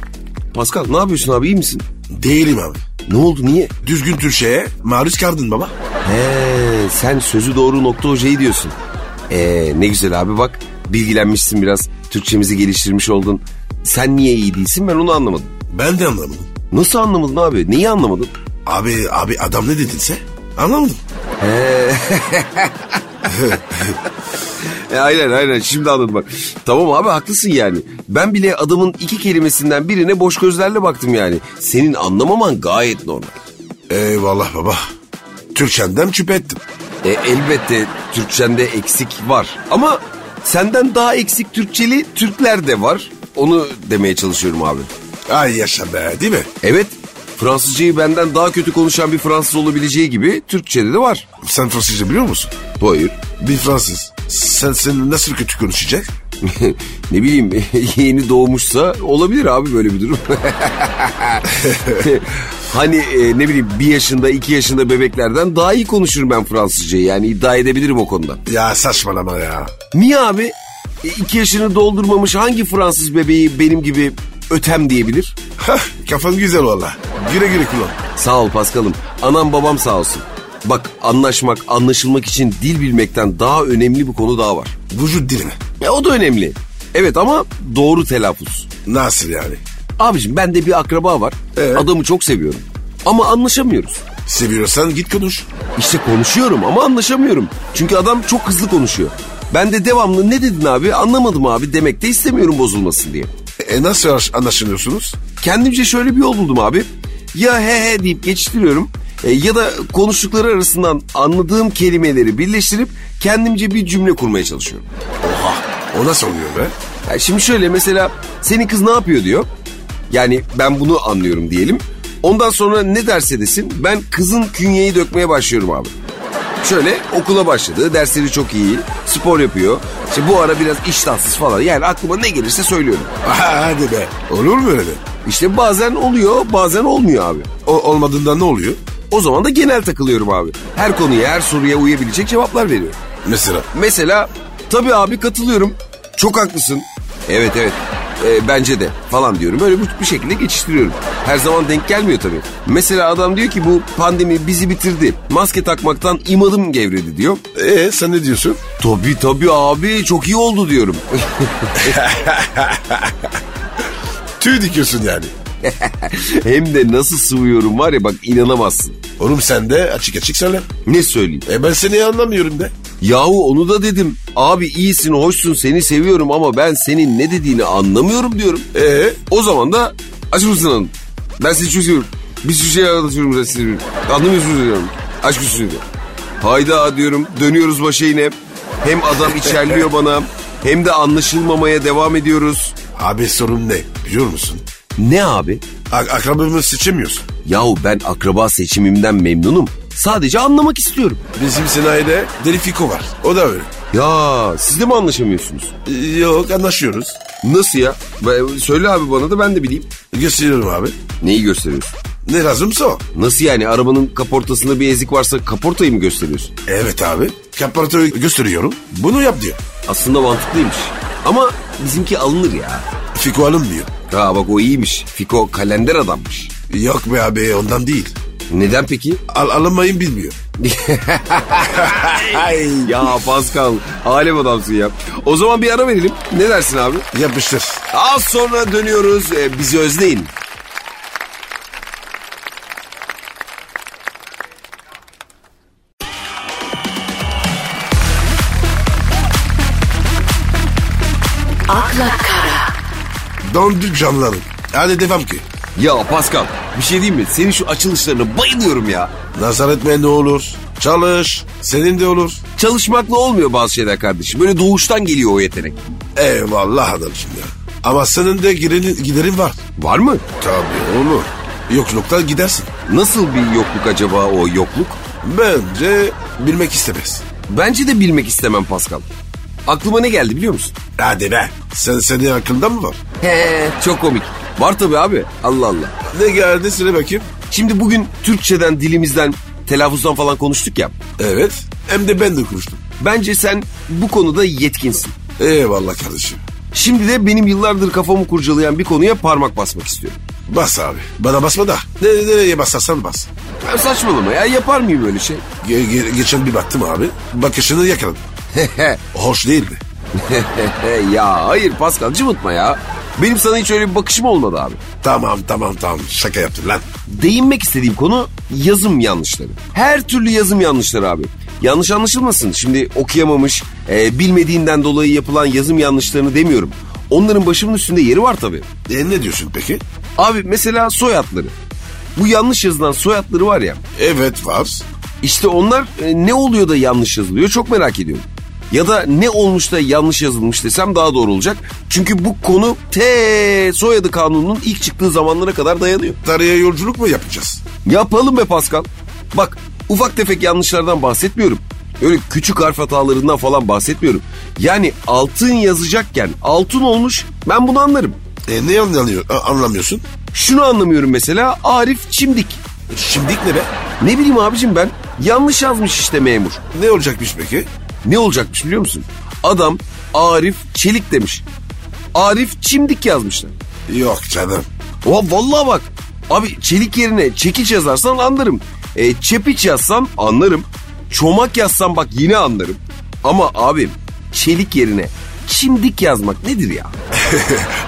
[SPEAKER 1] Pascal ne yapıyorsun abi iyi misin?
[SPEAKER 2] Değilim abi.
[SPEAKER 1] Ne oldu niye?
[SPEAKER 2] Düzgün Türkçe'ye maruz kaldın baba.
[SPEAKER 1] He, sen sözü doğru nokta hocayı diyorsun. Ee, ne güzel abi bak bilgilenmişsin biraz. Türkçemizi geliştirmiş oldun. Sen niye iyi değilsin ben onu anlamadım.
[SPEAKER 2] Ben de anlamadım.
[SPEAKER 1] Nasıl anlamadın abi? Neyi anlamadın?
[SPEAKER 2] Abi abi adam ne dedinse anlamadım.
[SPEAKER 1] E, aynen aynen şimdi anladım bak. Tamam abi haklısın yani. Ben bile adamın iki kelimesinden birine boş gözlerle baktım yani. Senin anlamaman gayet normal.
[SPEAKER 2] Eyvallah baba. Türkçenden çüp ettim.
[SPEAKER 1] E, elbette Türkçende eksik var. Ama senden daha eksik Türkçeli Türkler de var. Onu demeye çalışıyorum abi.
[SPEAKER 2] Ay yaşa be değil mi?
[SPEAKER 1] Evet Fransızcayı benden daha kötü konuşan bir Fransız olabileceği gibi Türkçede de var.
[SPEAKER 2] Sen Fransızca biliyor musun?
[SPEAKER 1] Hayır.
[SPEAKER 2] Bir Fransız. Sen, sen nasıl kötü konuşacak?
[SPEAKER 1] ne bileyim yeni doğmuşsa olabilir abi böyle bir durum. hani e, ne bileyim bir yaşında iki yaşında bebeklerden daha iyi konuşurum ben Fransızcayı yani iddia edebilirim o konuda.
[SPEAKER 2] Ya saçmalama ya.
[SPEAKER 1] Niye abi? E, iki yaşını doldurmamış hangi Fransız bebeği benim gibi ötem diyebilir?
[SPEAKER 2] Hah, kafan güzel valla. Güle güle kullan.
[SPEAKER 1] Sağ ol Paskal'ım. Anam babam sağ olsun. Bak anlaşmak, anlaşılmak için dil bilmekten daha önemli bir konu daha var.
[SPEAKER 2] Vücut dilini.
[SPEAKER 1] Ya o da önemli. Evet ama doğru telaffuz.
[SPEAKER 2] Nasıl yani?
[SPEAKER 1] Abicim bende bir akraba var.
[SPEAKER 2] Ee?
[SPEAKER 1] Adamı çok seviyorum. Ama anlaşamıyoruz.
[SPEAKER 2] Seviyorsan git konuş.
[SPEAKER 1] İşte konuşuyorum ama anlaşamıyorum. Çünkü adam çok hızlı konuşuyor. Ben de devamlı ne dedin abi anlamadım abi demek de istemiyorum bozulmasın diye.
[SPEAKER 2] E nasıl anlaş- anlaşılıyorsunuz?
[SPEAKER 1] Kendimce şöyle bir yol buldum abi. Ya he he deyip geçiştiriyorum e, ya da konuştukları arasından anladığım kelimeleri birleştirip kendimce bir cümle kurmaya çalışıyorum.
[SPEAKER 2] O nasıl oluyor be?
[SPEAKER 1] Ya şimdi şöyle mesela senin kız ne yapıyor diyor. Yani ben bunu anlıyorum diyelim. Ondan sonra ne derse desin ben kızın künyeyi dökmeye başlıyorum abi. Şöyle okula başladı, dersleri çok iyi, spor yapıyor. İşte bu ara biraz iştahsız falan. Yani aklıma ne gelirse söylüyorum.
[SPEAKER 2] Ha, Hadi be. Olur mu öyle de?
[SPEAKER 1] İşte bazen oluyor, bazen olmuyor abi.
[SPEAKER 2] O, olmadığında ne oluyor?
[SPEAKER 1] O zaman da genel takılıyorum abi. Her konuya, her soruya uyabilecek cevaplar veriyorum.
[SPEAKER 2] Mesela.
[SPEAKER 1] Mesela tabii abi katılıyorum. Çok haklısın. Evet evet. E, bence de falan diyorum. Böyle bir, bir şekilde geçiştiriyorum. Her zaman denk gelmiyor tabii. Mesela adam diyor ki bu pandemi bizi bitirdi. Maske takmaktan imadım gevredi diyor.
[SPEAKER 2] E sen ne diyorsun?
[SPEAKER 1] Tabii tabii abi çok iyi oldu diyorum.
[SPEAKER 2] Tüy dikiyorsun yani.
[SPEAKER 1] Hem de nasıl sıvıyorum var ya bak inanamazsın.
[SPEAKER 2] Oğlum sen de açık açık söyle.
[SPEAKER 1] Ne söyleyeyim?
[SPEAKER 2] E ben seni anlamıyorum de.
[SPEAKER 1] Yahu onu da dedim. Abi iyisin, hoşsun, seni seviyorum ama ben senin ne dediğini anlamıyorum diyorum.
[SPEAKER 2] E
[SPEAKER 1] O zaman da aşk mısın hanım? Ben sizi çok seviyorum. Bir sürü şey anlatıyorum ben sizi. Anlamıyorsunuz diyorum. Aşk olsun diyor. Hayda diyorum. Dönüyoruz başa yine. Hem adam içerliyor bana. Hem de anlaşılmamaya devam ediyoruz.
[SPEAKER 2] abi sorun ne biliyor musun?
[SPEAKER 1] Ne abi?
[SPEAKER 2] A- akrabamı seçemiyorsun.
[SPEAKER 1] Yahu ben akraba seçimimden memnunum. Sadece anlamak istiyorum.
[SPEAKER 2] Bizim sanayide deli fiko var. O da öyle.
[SPEAKER 1] Ya siz de mi anlaşamıyorsunuz?
[SPEAKER 2] E, Yok anlaşıyoruz.
[SPEAKER 1] Nasıl ya? Ben- Söyle abi bana da ben de bileyim.
[SPEAKER 2] "E, Gösteriyorum abi.
[SPEAKER 1] Neyi gösteriyorsun?
[SPEAKER 2] Ne lazımsa o.
[SPEAKER 1] Nasıl yani arabanın kaportasında bir ezik varsa kaportayı mı gösteriyorsun?
[SPEAKER 2] Evet abi. Kaparatörü gösteriyorum. Bunu yap diyor.
[SPEAKER 1] Aslında mantıklıymış. Ama bizimki alınır ya.
[SPEAKER 2] Fiko alınmıyor.
[SPEAKER 1] Ha bak o iyiymiş. Fiko kalender adammış.
[SPEAKER 2] Yok be abi ondan değil.
[SPEAKER 1] Neden peki?
[SPEAKER 2] Al, alınmayın bilmiyor. Ay.
[SPEAKER 1] Ya Pascal alem adamsın ya. O zaman bir ara verelim. Ne dersin abi?
[SPEAKER 2] Yapıştır.
[SPEAKER 1] Az sonra dönüyoruz. Ee, bizi özleyin.
[SPEAKER 3] akla kara,
[SPEAKER 2] Dondur canları. Hadi devam ki.
[SPEAKER 1] Ya Pascal bir şey diyeyim mi? Senin şu açılışlarına bayılıyorum ya.
[SPEAKER 2] Nazar etme ne olur. Çalış. Senin de olur.
[SPEAKER 1] Çalışmakla olmuyor bazı şeyler kardeşim. Böyle doğuştan geliyor o yetenek.
[SPEAKER 2] Eyvallah adam şimdi. Ama senin de giderin, giderin var.
[SPEAKER 1] Var mı?
[SPEAKER 2] Tabii olur. Yokluktan gidersin.
[SPEAKER 1] Nasıl bir yokluk acaba o yokluk?
[SPEAKER 2] Bence bilmek istemez.
[SPEAKER 1] Bence de bilmek istemem Pascal. Aklıma ne geldi biliyor musun?
[SPEAKER 2] Hadi be. Sen senin aklında mı var?
[SPEAKER 1] He, çok komik. Var tabii abi. Allah Allah.
[SPEAKER 2] Ne geldi söyle bakayım.
[SPEAKER 1] Şimdi bugün Türkçeden, dilimizden, telaffuzdan falan konuştuk ya.
[SPEAKER 2] Evet. Hem de ben de konuştum.
[SPEAKER 1] Bence sen bu konuda yetkinsin.
[SPEAKER 2] Eyvallah kardeşim.
[SPEAKER 1] Şimdi de benim yıllardır kafamı kurcalayan bir konuya parmak basmak istiyorum.
[SPEAKER 2] Bas abi. Bana basma da. Ne, nereye basarsan bas.
[SPEAKER 1] Ya saçmalama ya yapar mıyım öyle şey?
[SPEAKER 2] Ge- ge- geçen bir baktım abi. Bakışını yakaladım. Hoş değildi.
[SPEAKER 1] ya hayır Pascal cıvıtma ya. Benim sana hiç öyle bir bakışım olmadı abi.
[SPEAKER 2] Tamam tamam tamam. Şaka yaptım lan.
[SPEAKER 1] Değinmek istediğim konu yazım yanlışları. Her türlü yazım yanlışları abi. Yanlış anlaşılmasın. Şimdi okuyamamış, e, bilmediğinden dolayı yapılan yazım yanlışlarını demiyorum. Onların başımın üstünde yeri var tabii.
[SPEAKER 2] E, ne diyorsun peki?
[SPEAKER 1] Abi mesela soyadları. Bu yanlış yazılan soyadları var ya.
[SPEAKER 2] Evet var.
[SPEAKER 1] İşte onlar e, ne oluyor da yanlış yazılıyor çok merak ediyorum. ya da ne olmuş da yanlış yazılmış desem daha doğru olacak. Çünkü bu konu T soyadı kanununun ilk çıktığı zamanlara kadar dayanıyor.
[SPEAKER 2] Tarihe yolculuk mu yapacağız?
[SPEAKER 1] Yapalım be Pascal. Bak ufak tefek yanlışlardan bahsetmiyorum. Öyle küçük harf hatalarından falan bahsetmiyorum. Yani altın yazacakken altın olmuş ben bunu anlarım.
[SPEAKER 2] E, ne anlıyor, a- anlamıyorsun?
[SPEAKER 1] Şunu anlamıyorum mesela Arif Çimdik.
[SPEAKER 2] Şimdilik ne be?
[SPEAKER 1] Ne bileyim abicim ben yanlış yazmış işte memur.
[SPEAKER 2] Ne olacakmış peki?
[SPEAKER 1] Ne olacakmış biliyor musun? Adam Arif Çelik demiş. Arif Çimdik yazmışlar.
[SPEAKER 2] Yok canım.
[SPEAKER 1] Oha vallahi bak. Abi çelik yerine çekiç yazarsan anlarım. E, çepiç yazsam anlarım. Çomak yazsam bak yine anlarım. Ama abim çelik yerine çimdik yazmak nedir ya?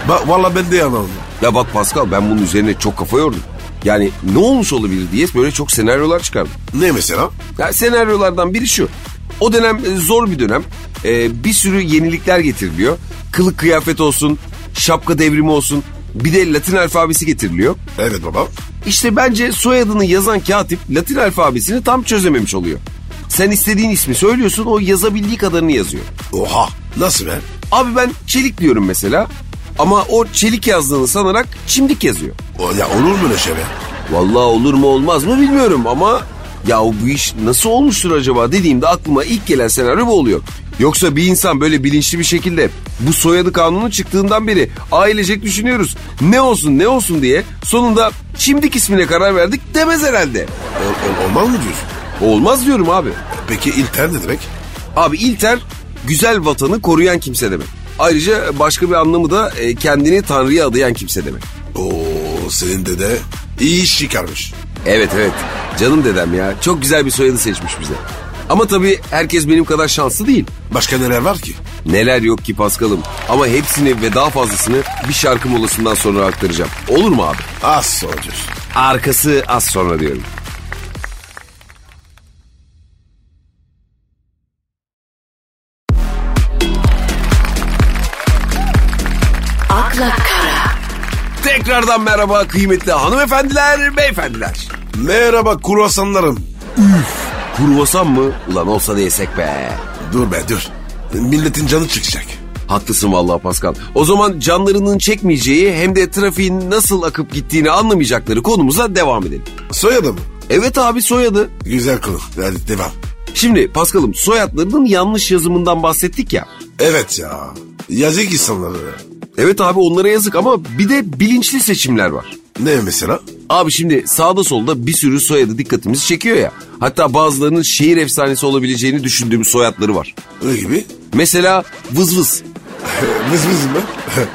[SPEAKER 2] Ba- Valla ben de anlamadım.
[SPEAKER 1] Ya bak Pascal ben bunun üzerine çok kafa yordum. Yani ne olmuş olabilir diye böyle çok senaryolar çıkardım.
[SPEAKER 2] Ne mesela?
[SPEAKER 1] Ya senaryolardan biri şu. O dönem e, zor bir dönem. E, bir sürü yenilikler getiriliyor. Kılık kıyafet olsun, şapka devrimi olsun. Bir de Latin alfabesi getiriliyor.
[SPEAKER 2] Evet baba.
[SPEAKER 1] İşte bence soyadını yazan katip Latin alfabesini tam çözememiş oluyor. Sen istediğin ismi söylüyorsun o yazabildiği kadarını yazıyor.
[SPEAKER 2] Oha. Nasıl be?
[SPEAKER 1] Abi ben çelik diyorum mesela ama o çelik yazdığını sanarak çimdik yazıyor.
[SPEAKER 2] O, ya olur mu öyle şey be?
[SPEAKER 1] Vallahi olur mu olmaz mı bilmiyorum ama ya bu iş nasıl olmuştur acaba dediğimde aklıma ilk gelen senaryo bu oluyor. Yoksa bir insan böyle bilinçli bir şekilde bu soyadı kanunu çıktığından beri ailecek düşünüyoruz. Ne olsun ne olsun diye sonunda çimdik ismine karar verdik demez herhalde.
[SPEAKER 2] Ol- ol- olmaz mı diyorsun?
[SPEAKER 1] Olmaz diyorum abi.
[SPEAKER 2] Peki İlter ne demek?
[SPEAKER 1] Abi İlter güzel vatanı koruyan kimse demek. Ayrıca başka bir anlamı da e, kendini Tanrı'ya adayan kimse demek.
[SPEAKER 2] Oo senin dede iyi iş çıkarmış.
[SPEAKER 1] Evet evet canım dedem ya çok güzel bir soyadı seçmiş bize. Ama tabii herkes benim kadar şanslı değil.
[SPEAKER 2] Başka neler var ki?
[SPEAKER 1] Neler yok ki Paskal'ım ama hepsini ve daha fazlasını bir şarkı molasından sonra aktaracağım. Olur mu abi?
[SPEAKER 2] Az sonra diyorsun.
[SPEAKER 1] Arkası az sonra diyorum.
[SPEAKER 3] akla kara,
[SPEAKER 1] Tekrardan merhaba kıymetli hanımefendiler, beyefendiler.
[SPEAKER 2] Merhaba kruvasanlarım.
[SPEAKER 1] Kruvasan mı? Ulan olsa da yesek be.
[SPEAKER 2] Dur be dur. Milletin canı çıkacak.
[SPEAKER 1] Haklısın vallahi Pascal. O zaman canlarının çekmeyeceği hem de trafiğin nasıl akıp gittiğini anlamayacakları konumuza devam edelim.
[SPEAKER 2] Soyadı mı?
[SPEAKER 1] Evet abi soyadı.
[SPEAKER 2] Güzel konu. Hadi devam.
[SPEAKER 1] Şimdi Pascal'ım soyadlarının yanlış yazımından bahsettik ya.
[SPEAKER 2] Evet ya. Yazık insanlara.
[SPEAKER 1] Evet abi onlara yazık ama bir de bilinçli seçimler var.
[SPEAKER 2] Ne mesela?
[SPEAKER 1] Abi şimdi sağda solda bir sürü soyadı dikkatimizi çekiyor ya. Hatta bazılarının şehir efsanesi olabileceğini düşündüğümüz soyadları var.
[SPEAKER 2] Ne gibi?
[SPEAKER 1] Mesela Vız Vız.
[SPEAKER 2] Vız vız mı?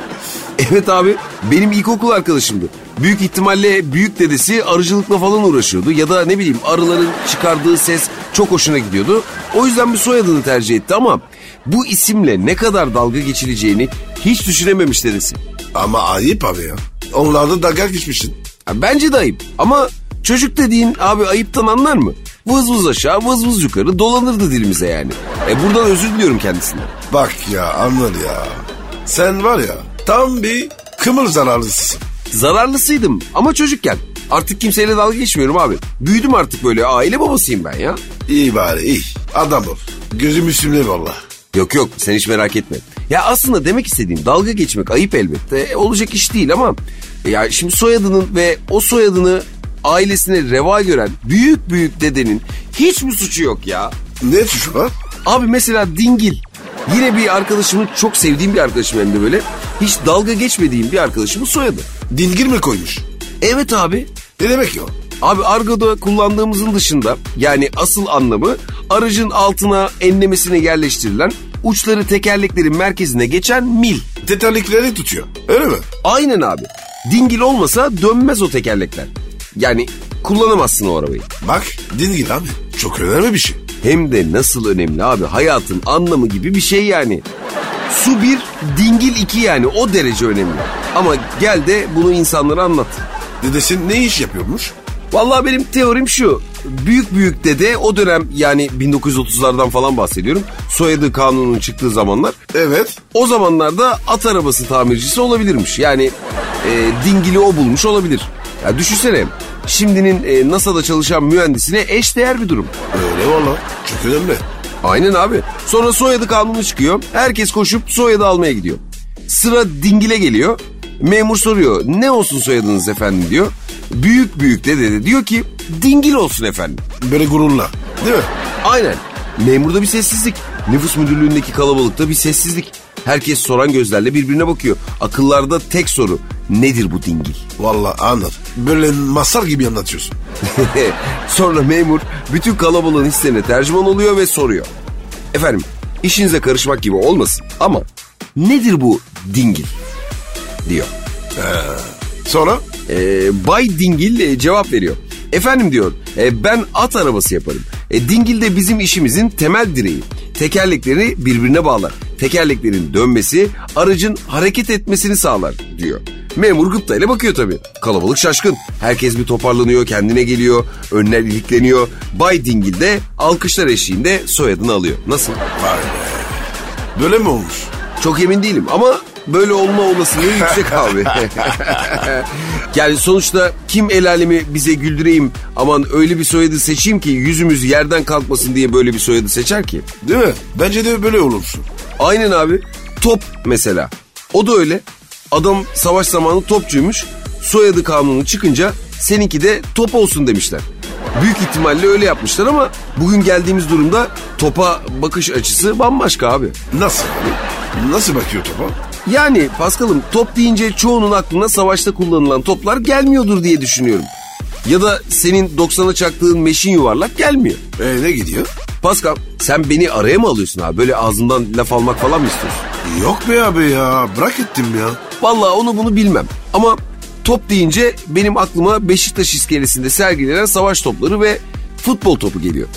[SPEAKER 1] Evet abi benim ilkokul arkadaşımdı. Büyük ihtimalle büyük dedesi arıcılıkla falan uğraşıyordu ya da ne bileyim arıların çıkardığı ses çok hoşuna gidiyordu. O yüzden bir soyadını tercih etti ama bu isimle ne kadar dalga geçileceğini hiç düşünememiş dedesi.
[SPEAKER 2] Ama ayıp abi ya. Onlarda dalga geçmişsin.
[SPEAKER 1] Ya Bence de ayıp ama çocuk dediğin abi ayıptan anlar mı? Vız vız aşağı vız vız yukarı dolanırdı dilimize yani. E buradan özür diliyorum kendisinden.
[SPEAKER 2] Bak ya anlar ya. Sen var ya tam bir kımır zararlısısın.
[SPEAKER 1] Zararlısıydım ama çocukken. Artık kimseyle dalga geçmiyorum abi. Büyüdüm artık böyle aile babasıyım ben ya.
[SPEAKER 2] İyi bari iyi. Adam ol. Gözüm üstümde valla.
[SPEAKER 1] Yok yok sen hiç merak etme. Ya aslında demek istediğim dalga geçmek ayıp elbette. E, Olacak iş değil ama ya şimdi soyadının ve o soyadını ailesine reva gören büyük büyük dedenin hiç mi suçu yok ya?
[SPEAKER 2] Ne suçu var?
[SPEAKER 1] Abi mesela Dingil. Yine bir arkadaşımın çok sevdiğim bir arkadaşım hem de böyle. Hiç dalga geçmediğim bir arkadaşımın soyadı.
[SPEAKER 2] Dingil mi koymuş?
[SPEAKER 1] Evet abi.
[SPEAKER 2] Ne demek ki o?
[SPEAKER 1] Abi argoda kullandığımızın dışında yani asıl anlamı aracın altına enlemesine yerleştirilen uçları tekerleklerin merkezine geçen mil.
[SPEAKER 2] Teterlikleri tutuyor. Öyle mi?
[SPEAKER 1] Aynen abi. Dingil olmasa dönmez o tekerlekler. Yani kullanamazsın o arabayı.
[SPEAKER 2] Bak dingil abi. Çok önemli bir şey.
[SPEAKER 1] Hem de nasıl önemli abi hayatın anlamı gibi bir şey yani. Su bir, dingil iki yani o derece önemli. Ama gel de bunu insanlara anlat.
[SPEAKER 2] Dedesi ne iş yapıyormuş?
[SPEAKER 1] Vallahi benim teorim şu. Büyük büyük dede o dönem yani 1930'lardan falan bahsediyorum. Soyadı kanunun çıktığı zamanlar.
[SPEAKER 2] Evet.
[SPEAKER 1] O zamanlarda at arabası tamircisi olabilirmiş. Yani e, dingili o bulmuş olabilir. Ya düşünsene şimdinin e, NASA'da çalışan mühendisine eş değer bir durum.
[SPEAKER 2] Öyle valla. Çok önemli.
[SPEAKER 1] Aynen abi. Sonra soyadı kanunu çıkıyor. Herkes koşup soyadı almaya gidiyor. Sıra dingile geliyor. Memur soruyor ne olsun soyadınız efendim diyor. Büyük büyük dede de diyor ki dingil olsun efendim.
[SPEAKER 2] Böyle gururla. Değil mi?
[SPEAKER 1] Aynen. Memurda bir sessizlik. Nüfus müdürlüğündeki kalabalıkta bir sessizlik. Herkes soran gözlerle birbirine bakıyor. Akıllarda tek soru. Nedir bu dingil?
[SPEAKER 2] Vallahi anlar. Böyle masal gibi anlatıyorsun.
[SPEAKER 1] Sonra memur bütün kalabalığın hislerine tercüman oluyor ve soruyor. Efendim işinize karışmak gibi olmasın ama nedir bu dingil? Diyor.
[SPEAKER 2] Sonra?
[SPEAKER 1] Ee, Bay Dingil e, cevap veriyor. Efendim diyor e, ben at arabası yaparım. E, dingil de bizim işimizin temel direği. Tekerlekleri birbirine bağlar. Tekerleklerin dönmesi aracın hareket etmesini sağlar diyor. Memur gıptayla bakıyor tabii. Kalabalık şaşkın. Herkes bir toparlanıyor, kendine geliyor. Önler ilikleniyor. Bay Dingil de alkışlar eşliğinde soyadını alıyor. Nasıl?
[SPEAKER 2] Vay be. Böyle mi olmuş?
[SPEAKER 1] Çok emin değilim ama böyle olma olasılığı yüksek abi. yani sonuçta kim el alemi bize güldüreyim aman öyle bir soyadı seçeyim ki yüzümüz yerden kalkmasın diye böyle bir soyadı seçer ki.
[SPEAKER 2] Değil mi? Bence de böyle olursun.
[SPEAKER 1] Aynen abi. Top mesela. O da öyle. Adam savaş zamanı topçuymuş. Soyadı kanunu çıkınca seninki de top olsun demişler. Büyük ihtimalle öyle yapmışlar ama bugün geldiğimiz durumda topa bakış açısı bambaşka abi.
[SPEAKER 2] Nasıl? Nasıl bakıyor topa?
[SPEAKER 1] Yani Paskal'ım top deyince çoğunun aklına savaşta kullanılan toplar gelmiyordur diye düşünüyorum. Ya da senin 90'a çaktığın meşin yuvarlak gelmiyor.
[SPEAKER 2] Ee, ne gidiyor?
[SPEAKER 1] Paskal sen beni araya mı alıyorsun abi? Böyle ağzından laf almak falan mı istiyorsun?
[SPEAKER 2] Yok be abi ya. Bırak ettim ya.
[SPEAKER 1] Vallahi onu bunu bilmem. Ama top deyince benim aklıma Beşiktaş iskelesinde sergilenen savaş topları ve futbol topu geliyor.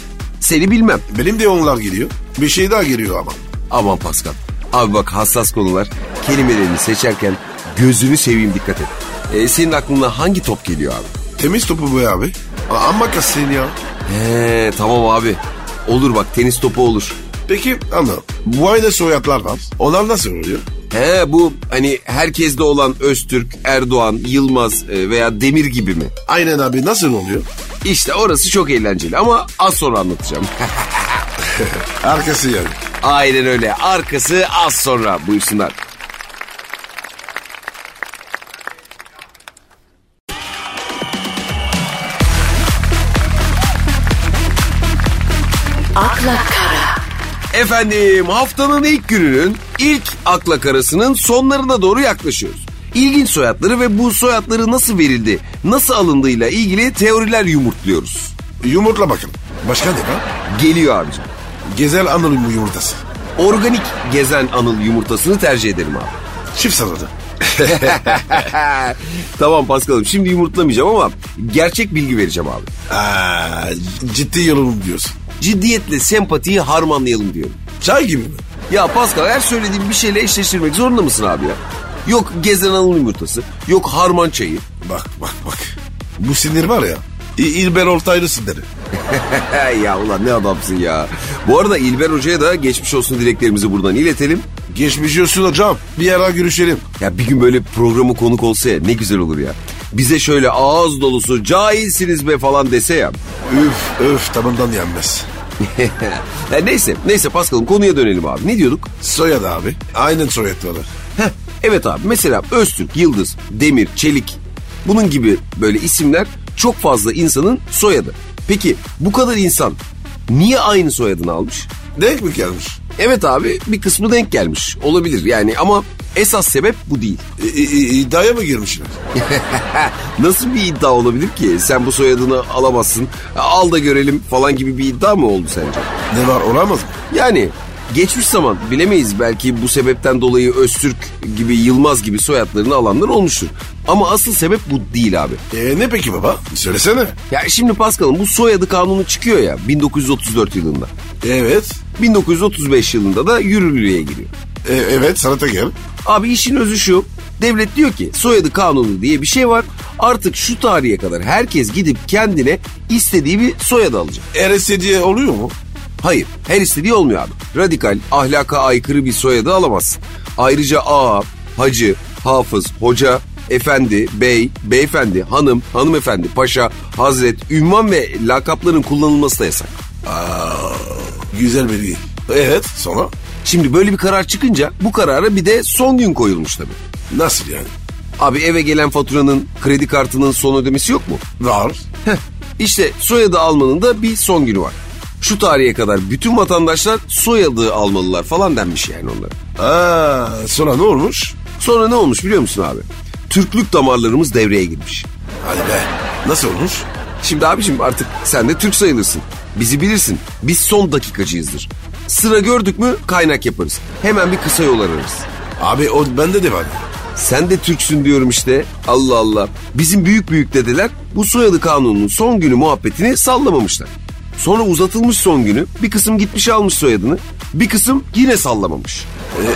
[SPEAKER 1] Seni bilmem.
[SPEAKER 2] Benim de onlar geliyor. Bir şey daha geliyor ama.
[SPEAKER 1] Aman Pascal. Abi bak hassas konular. Kelimelerini seçerken gözünü seveyim dikkat et. E, senin aklına hangi top geliyor abi?
[SPEAKER 2] Temiz topu bu abi. A- Amma kasın ya.
[SPEAKER 1] He tamam abi. Olur bak tenis topu olur.
[SPEAKER 2] Peki ana bu ayda soyadlar var. Onlar nasıl oluyor?
[SPEAKER 1] He bu hani herkeste olan Öztürk, Erdoğan, Yılmaz e, veya Demir gibi mi?
[SPEAKER 2] Aynen abi nasıl oluyor?
[SPEAKER 1] İşte orası çok eğlenceli ama az sonra anlatacağım.
[SPEAKER 2] Arkası yani.
[SPEAKER 1] Aynen öyle. Arkası az sonra buyursunlar.
[SPEAKER 3] akla kara,
[SPEAKER 1] Efendim haftanın ilk gününün ilk akla karasının sonlarına doğru yaklaşıyoruz. İlginç soyadları ve bu soyadları nasıl verildi, nasıl alındığıyla ilgili teoriler yumurtluyoruz.
[SPEAKER 2] Yumurtla bakalım. Başka ne var?
[SPEAKER 1] Geliyor abicim.
[SPEAKER 2] Gezel Anıl'ın yumurtası.
[SPEAKER 1] Organik gezen anıl yumurtasını tercih ederim abi.
[SPEAKER 2] Çift saladı.
[SPEAKER 1] tamam Paskal'ım şimdi yumurtlamayacağım ama gerçek bilgi vereceğim abi.
[SPEAKER 2] Aa, ciddi yolum diyorsun.
[SPEAKER 1] Ciddiyetle sempatiyi harmanlayalım diyorum.
[SPEAKER 2] Çay gibi mi?
[SPEAKER 1] Ya Pascal her söylediğim bir şeyle eşleştirmek zorunda mısın abi ya? Yok gezen anıl yumurtası, yok harman çayı.
[SPEAKER 2] Bak bak bak. Bu sinir var ya. İ- İlber Ortaylı siniri.
[SPEAKER 1] ya ulan ne adamsın ya. Bu arada İlber Hoca'ya da geçmiş olsun dileklerimizi buradan iletelim.
[SPEAKER 2] Geçmiş olsun hocam. Bir ara görüşelim.
[SPEAKER 1] Ya bir gün böyle programı konuk olsa ya ne güzel olur ya. Bize şöyle ağız dolusu cahilsiniz be falan dese ya.
[SPEAKER 2] Üf öf tadından yenmez.
[SPEAKER 1] ya neyse neyse Paskal'ım konuya dönelim abi. Ne diyorduk?
[SPEAKER 2] Soyad abi. Aynen soyadları.
[SPEAKER 1] Heh, evet abi mesela Öztürk, Yıldız, Demir, Çelik bunun gibi böyle isimler çok fazla insanın soyadı. Peki bu kadar insan niye aynı soyadını almış?
[SPEAKER 2] Denk mi gelmiş?
[SPEAKER 1] Evet abi bir kısmı denk gelmiş olabilir yani ama esas sebep bu değil.
[SPEAKER 2] İ- i- iddiaya mı girmişler?
[SPEAKER 1] Nasıl bir iddia olabilir ki? Sen bu soyadını alamazsın. Al da görelim falan gibi bir iddia mı oldu sence?
[SPEAKER 2] Ne var olamaz mı?
[SPEAKER 1] Yani geçmiş zaman bilemeyiz belki bu sebepten dolayı Öztürk gibi Yılmaz gibi soyadlarını alanlar olmuştur. Ama asıl sebep bu değil abi.
[SPEAKER 2] E, ne peki baba? Söylesene.
[SPEAKER 1] Ya şimdi Paskal'ın bu soyadı kanunu çıkıyor ya 1934 yılında.
[SPEAKER 2] Evet.
[SPEAKER 1] 1935 yılında da yürürlüğe giriyor.
[SPEAKER 2] E, evet sanata gel.
[SPEAKER 1] Abi işin özü şu. Devlet diyor ki soyadı kanunu diye bir şey var. Artık şu tarihe kadar herkes gidip kendine istediği bir soyadı alacak.
[SPEAKER 2] RS diye oluyor mu?
[SPEAKER 1] Hayır, her istediği olmuyor abi. Radikal, ahlaka aykırı bir soyadı alamazsın. Ayrıca ağa, hacı, hafız, hoca, efendi, bey, beyefendi, hanım, hanımefendi, paşa, hazret, ünvan ve lakapların kullanılması da yasak.
[SPEAKER 2] Güzel biri. Evet sonra?
[SPEAKER 1] Şimdi böyle bir karar çıkınca bu karara bir de son gün koyulmuş tabii.
[SPEAKER 2] Nasıl yani?
[SPEAKER 1] Abi eve gelen faturanın, kredi kartının son ödemesi yok mu?
[SPEAKER 2] Var.
[SPEAKER 1] Heh, işte soyadı almanın da bir son günü var. Şu tarihe kadar bütün vatandaşlar soyadı almalılar falan denmiş yani onlara.
[SPEAKER 2] Aa, sonra ne olmuş?
[SPEAKER 1] Sonra ne olmuş biliyor musun abi? Türklük damarlarımız devreye girmiş.
[SPEAKER 2] Hadi be. Nasıl olmuş?
[SPEAKER 1] Şimdi abicim artık sen de Türk sayılırsın. Bizi bilirsin. Biz son dakikacıyızdır. Sıra gördük mü kaynak yaparız. Hemen bir kısa yol ararız.
[SPEAKER 2] Abi o bende de var.
[SPEAKER 1] Sen de Türksün diyorum işte. Allah Allah. Bizim büyük büyük dedeler bu soyadı kanununun son günü muhabbetini sallamamışlar. Sonra uzatılmış son günü bir kısım gitmiş almış soyadını. Bir kısım yine sallamamış.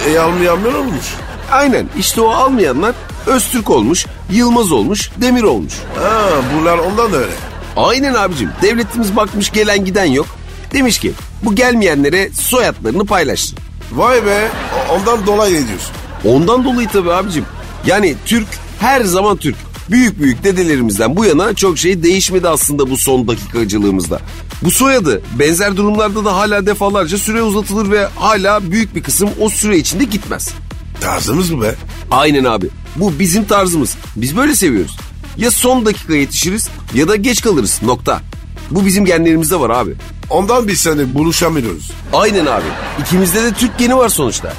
[SPEAKER 2] E, e almayanlar olmuş.
[SPEAKER 1] Aynen işte o almayanlar Öztürk olmuş, Yılmaz olmuş, Demir olmuş.
[SPEAKER 2] Ha, bunlar ondan da öyle.
[SPEAKER 1] Aynen abicim. Devletimiz bakmış gelen giden yok. Demiş ki bu gelmeyenlere soyadlarını paylaşsın.
[SPEAKER 2] Vay be o- ondan dolayı ne diyorsun?
[SPEAKER 1] Ondan dolayı tabii abicim. Yani Türk her zaman Türk. Büyük büyük dedelerimizden bu yana çok şey değişmedi aslında bu son dakikacılığımızda. Bu soyadı benzer durumlarda da hala defalarca süre uzatılır ve hala büyük bir kısım o süre içinde gitmez.
[SPEAKER 2] Tarzımız mı be?
[SPEAKER 1] Aynen abi. Bu bizim tarzımız. Biz böyle seviyoruz. Ya son dakika yetişiriz ya da geç kalırız nokta. Bu bizim genlerimizde var abi.
[SPEAKER 2] Ondan biz seni buluşamıyoruz.
[SPEAKER 1] Aynen abi. İkimizde de Türk geni var sonuçta.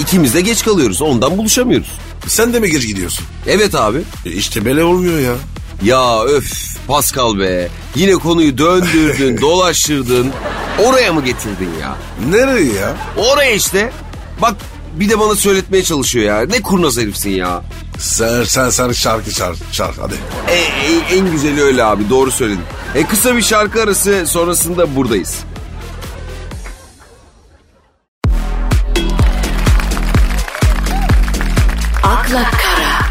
[SPEAKER 1] İkimiz de geç kalıyoruz ondan buluşamıyoruz.
[SPEAKER 2] Sen de mi geç gidiyorsun?
[SPEAKER 1] Evet abi.
[SPEAKER 2] E, İşte böyle olmuyor ya.
[SPEAKER 1] Ya öf Pascal be. Yine konuyu döndürdün, dolaştırdın. Oraya mı getirdin ya?
[SPEAKER 2] Nereye ya?
[SPEAKER 1] Oraya işte. Bak bir de bana söyletmeye çalışıyor ya. Ne kurnaz herifsin ya.
[SPEAKER 2] Sen sen, sen şarkı çar, çar hadi.
[SPEAKER 1] E, e- en güzeli öyle abi doğru söyledin. E kısa bir şarkı arası sonrasında buradayız.
[SPEAKER 3] akla kara,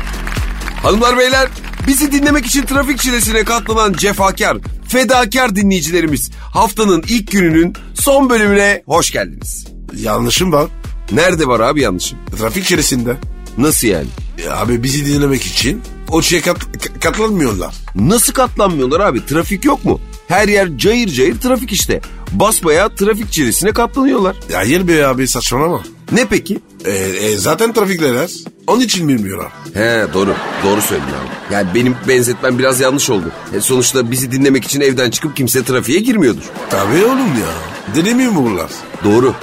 [SPEAKER 1] Hanımlar beyler bizi dinlemek için trafik çilesine katlanan cefakar, fedakar dinleyicilerimiz haftanın ilk gününün son bölümüne hoş geldiniz.
[SPEAKER 2] Yanlışım var.
[SPEAKER 1] Nerede var abi yanlışım?
[SPEAKER 2] Trafik içerisinde.
[SPEAKER 1] Nasıl yani?
[SPEAKER 2] E, abi bizi dinlemek için o şeye kat, ka- katlanmıyorlar.
[SPEAKER 1] Nasıl katlanmıyorlar abi? Trafik yok mu? Her yer cayır cayır trafik işte. Basbaya trafik çilesine katlanıyorlar.
[SPEAKER 2] Ya Hayır be abi saçmalama.
[SPEAKER 1] Ne peki?
[SPEAKER 2] E, e, zaten trafikler Onun için bilmiyorlar.
[SPEAKER 1] He doğru. Doğru söyledin abi. Yani benim benzetmem biraz yanlış oldu. E, sonuçta bizi dinlemek için evden çıkıp kimse trafiğe girmiyordur.
[SPEAKER 2] Tabii oğlum ya. Deli mi bunlar?
[SPEAKER 1] Doğru.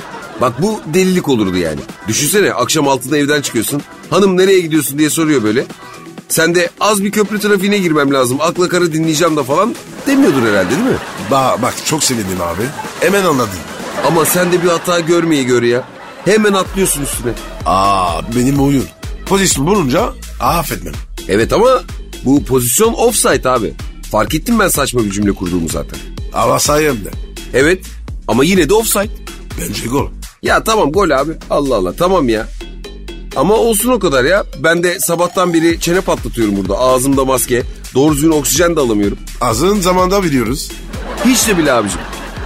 [SPEAKER 1] Bak bu delilik olurdu yani. Düşünsene akşam altında evden çıkıyorsun. Hanım nereye gidiyorsun diye soruyor böyle. Sen de az bir köprü trafiğine girmem lazım. Akla karı dinleyeceğim de falan demiyordun herhalde değil mi?
[SPEAKER 2] Ba bak çok sevindim abi. Hemen anladım.
[SPEAKER 1] Ama sen de bir hata görmeyi gör ya. Hemen atlıyorsun üstüne.
[SPEAKER 2] Aa benim oyun. Pozisyon bulunca affetmem.
[SPEAKER 1] Evet ama bu pozisyon offside abi. Fark ettim ben saçma bir cümle kurduğumu zaten.
[SPEAKER 2] Ama sayemde.
[SPEAKER 1] Evet ama yine de offside.
[SPEAKER 2] Bence gol.
[SPEAKER 1] Ya tamam gol abi. Allah Allah tamam ya. Ama olsun o kadar ya. Ben de sabahtan beri çene patlatıyorum burada. Ağzımda maske. Doğru düzgün oksijen de alamıyorum.
[SPEAKER 2] Azın zamanda biliyoruz.
[SPEAKER 1] Hiç de bile abicim.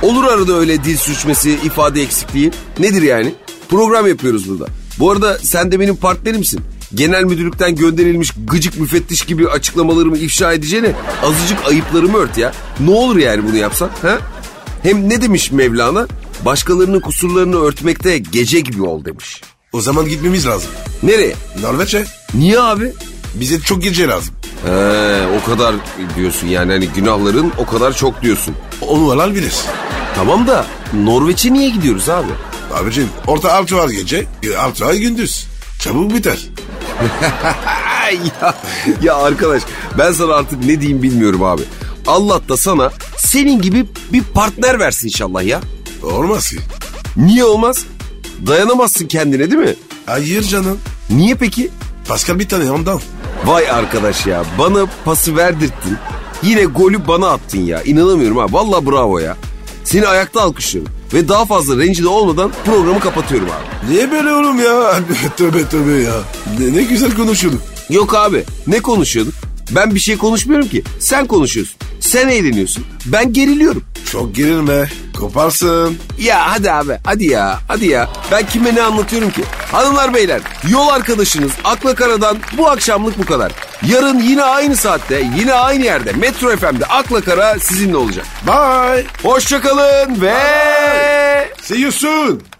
[SPEAKER 1] Olur arada öyle dil sürçmesi, ifade eksikliği. Nedir yani? Program yapıyoruz burada. Bu arada sen de benim partnerimsin. Genel müdürlükten gönderilmiş gıcık müfettiş gibi açıklamalarımı ifşa edeceğine azıcık ayıplarımı ört ya. Ne olur yani bunu yapsan? Ha? Hem ne demiş Mevlana? Başkalarının kusurlarını örtmekte gece gibi ol demiş.
[SPEAKER 2] O zaman gitmemiz lazım.
[SPEAKER 1] Nereye?
[SPEAKER 2] Norveç'e.
[SPEAKER 1] Niye abi?
[SPEAKER 2] Bize çok gece lazım.
[SPEAKER 1] He, o kadar diyorsun yani hani günahların o kadar çok diyorsun.
[SPEAKER 2] Onu alan bilir.
[SPEAKER 1] Tamam da Norveç'e niye gidiyoruz abi?
[SPEAKER 2] Abicim orta altı var gece. e, Altı var gündüz. Çabuk biter.
[SPEAKER 1] Ay ya, ya arkadaş ben sana artık ne diyeyim bilmiyorum abi. Allah da sana senin gibi bir partner versin inşallah ya.
[SPEAKER 2] Olmaz ki.
[SPEAKER 1] Niye olmaz? Dayanamazsın kendine değil mi?
[SPEAKER 2] Hayır canım.
[SPEAKER 1] Niye peki?
[SPEAKER 2] Pascal bir tane ondan.
[SPEAKER 1] Vay arkadaş ya bana pası verdirttin. Yine golü bana attın ya. İnanamıyorum ha. Vallahi bravo ya. Seni ayakta alkışlıyorum. Ve daha fazla rencide olmadan programı kapatıyorum abi.
[SPEAKER 2] Niye böyle oğlum ya? tövbe tövbe ya. Ne, ne güzel konuşuyorduk.
[SPEAKER 1] Yok abi ne konuşuyorduk? Ben bir şey konuşmuyorum ki. Sen konuşuyorsun. Sen eğleniyorsun. Ben geriliyorum.
[SPEAKER 2] Çok gerilme. Koparsın.
[SPEAKER 1] Ya hadi abi hadi ya hadi ya. Ben kime ne anlatıyorum ki? Hanımlar beyler yol arkadaşınız Akla Kara'dan bu akşamlık bu kadar. Yarın yine aynı saatte yine aynı yerde Metro FM'de Akla Kara sizinle olacak.
[SPEAKER 2] Bye.
[SPEAKER 1] Hoşçakalın ve... be.
[SPEAKER 2] See you soon.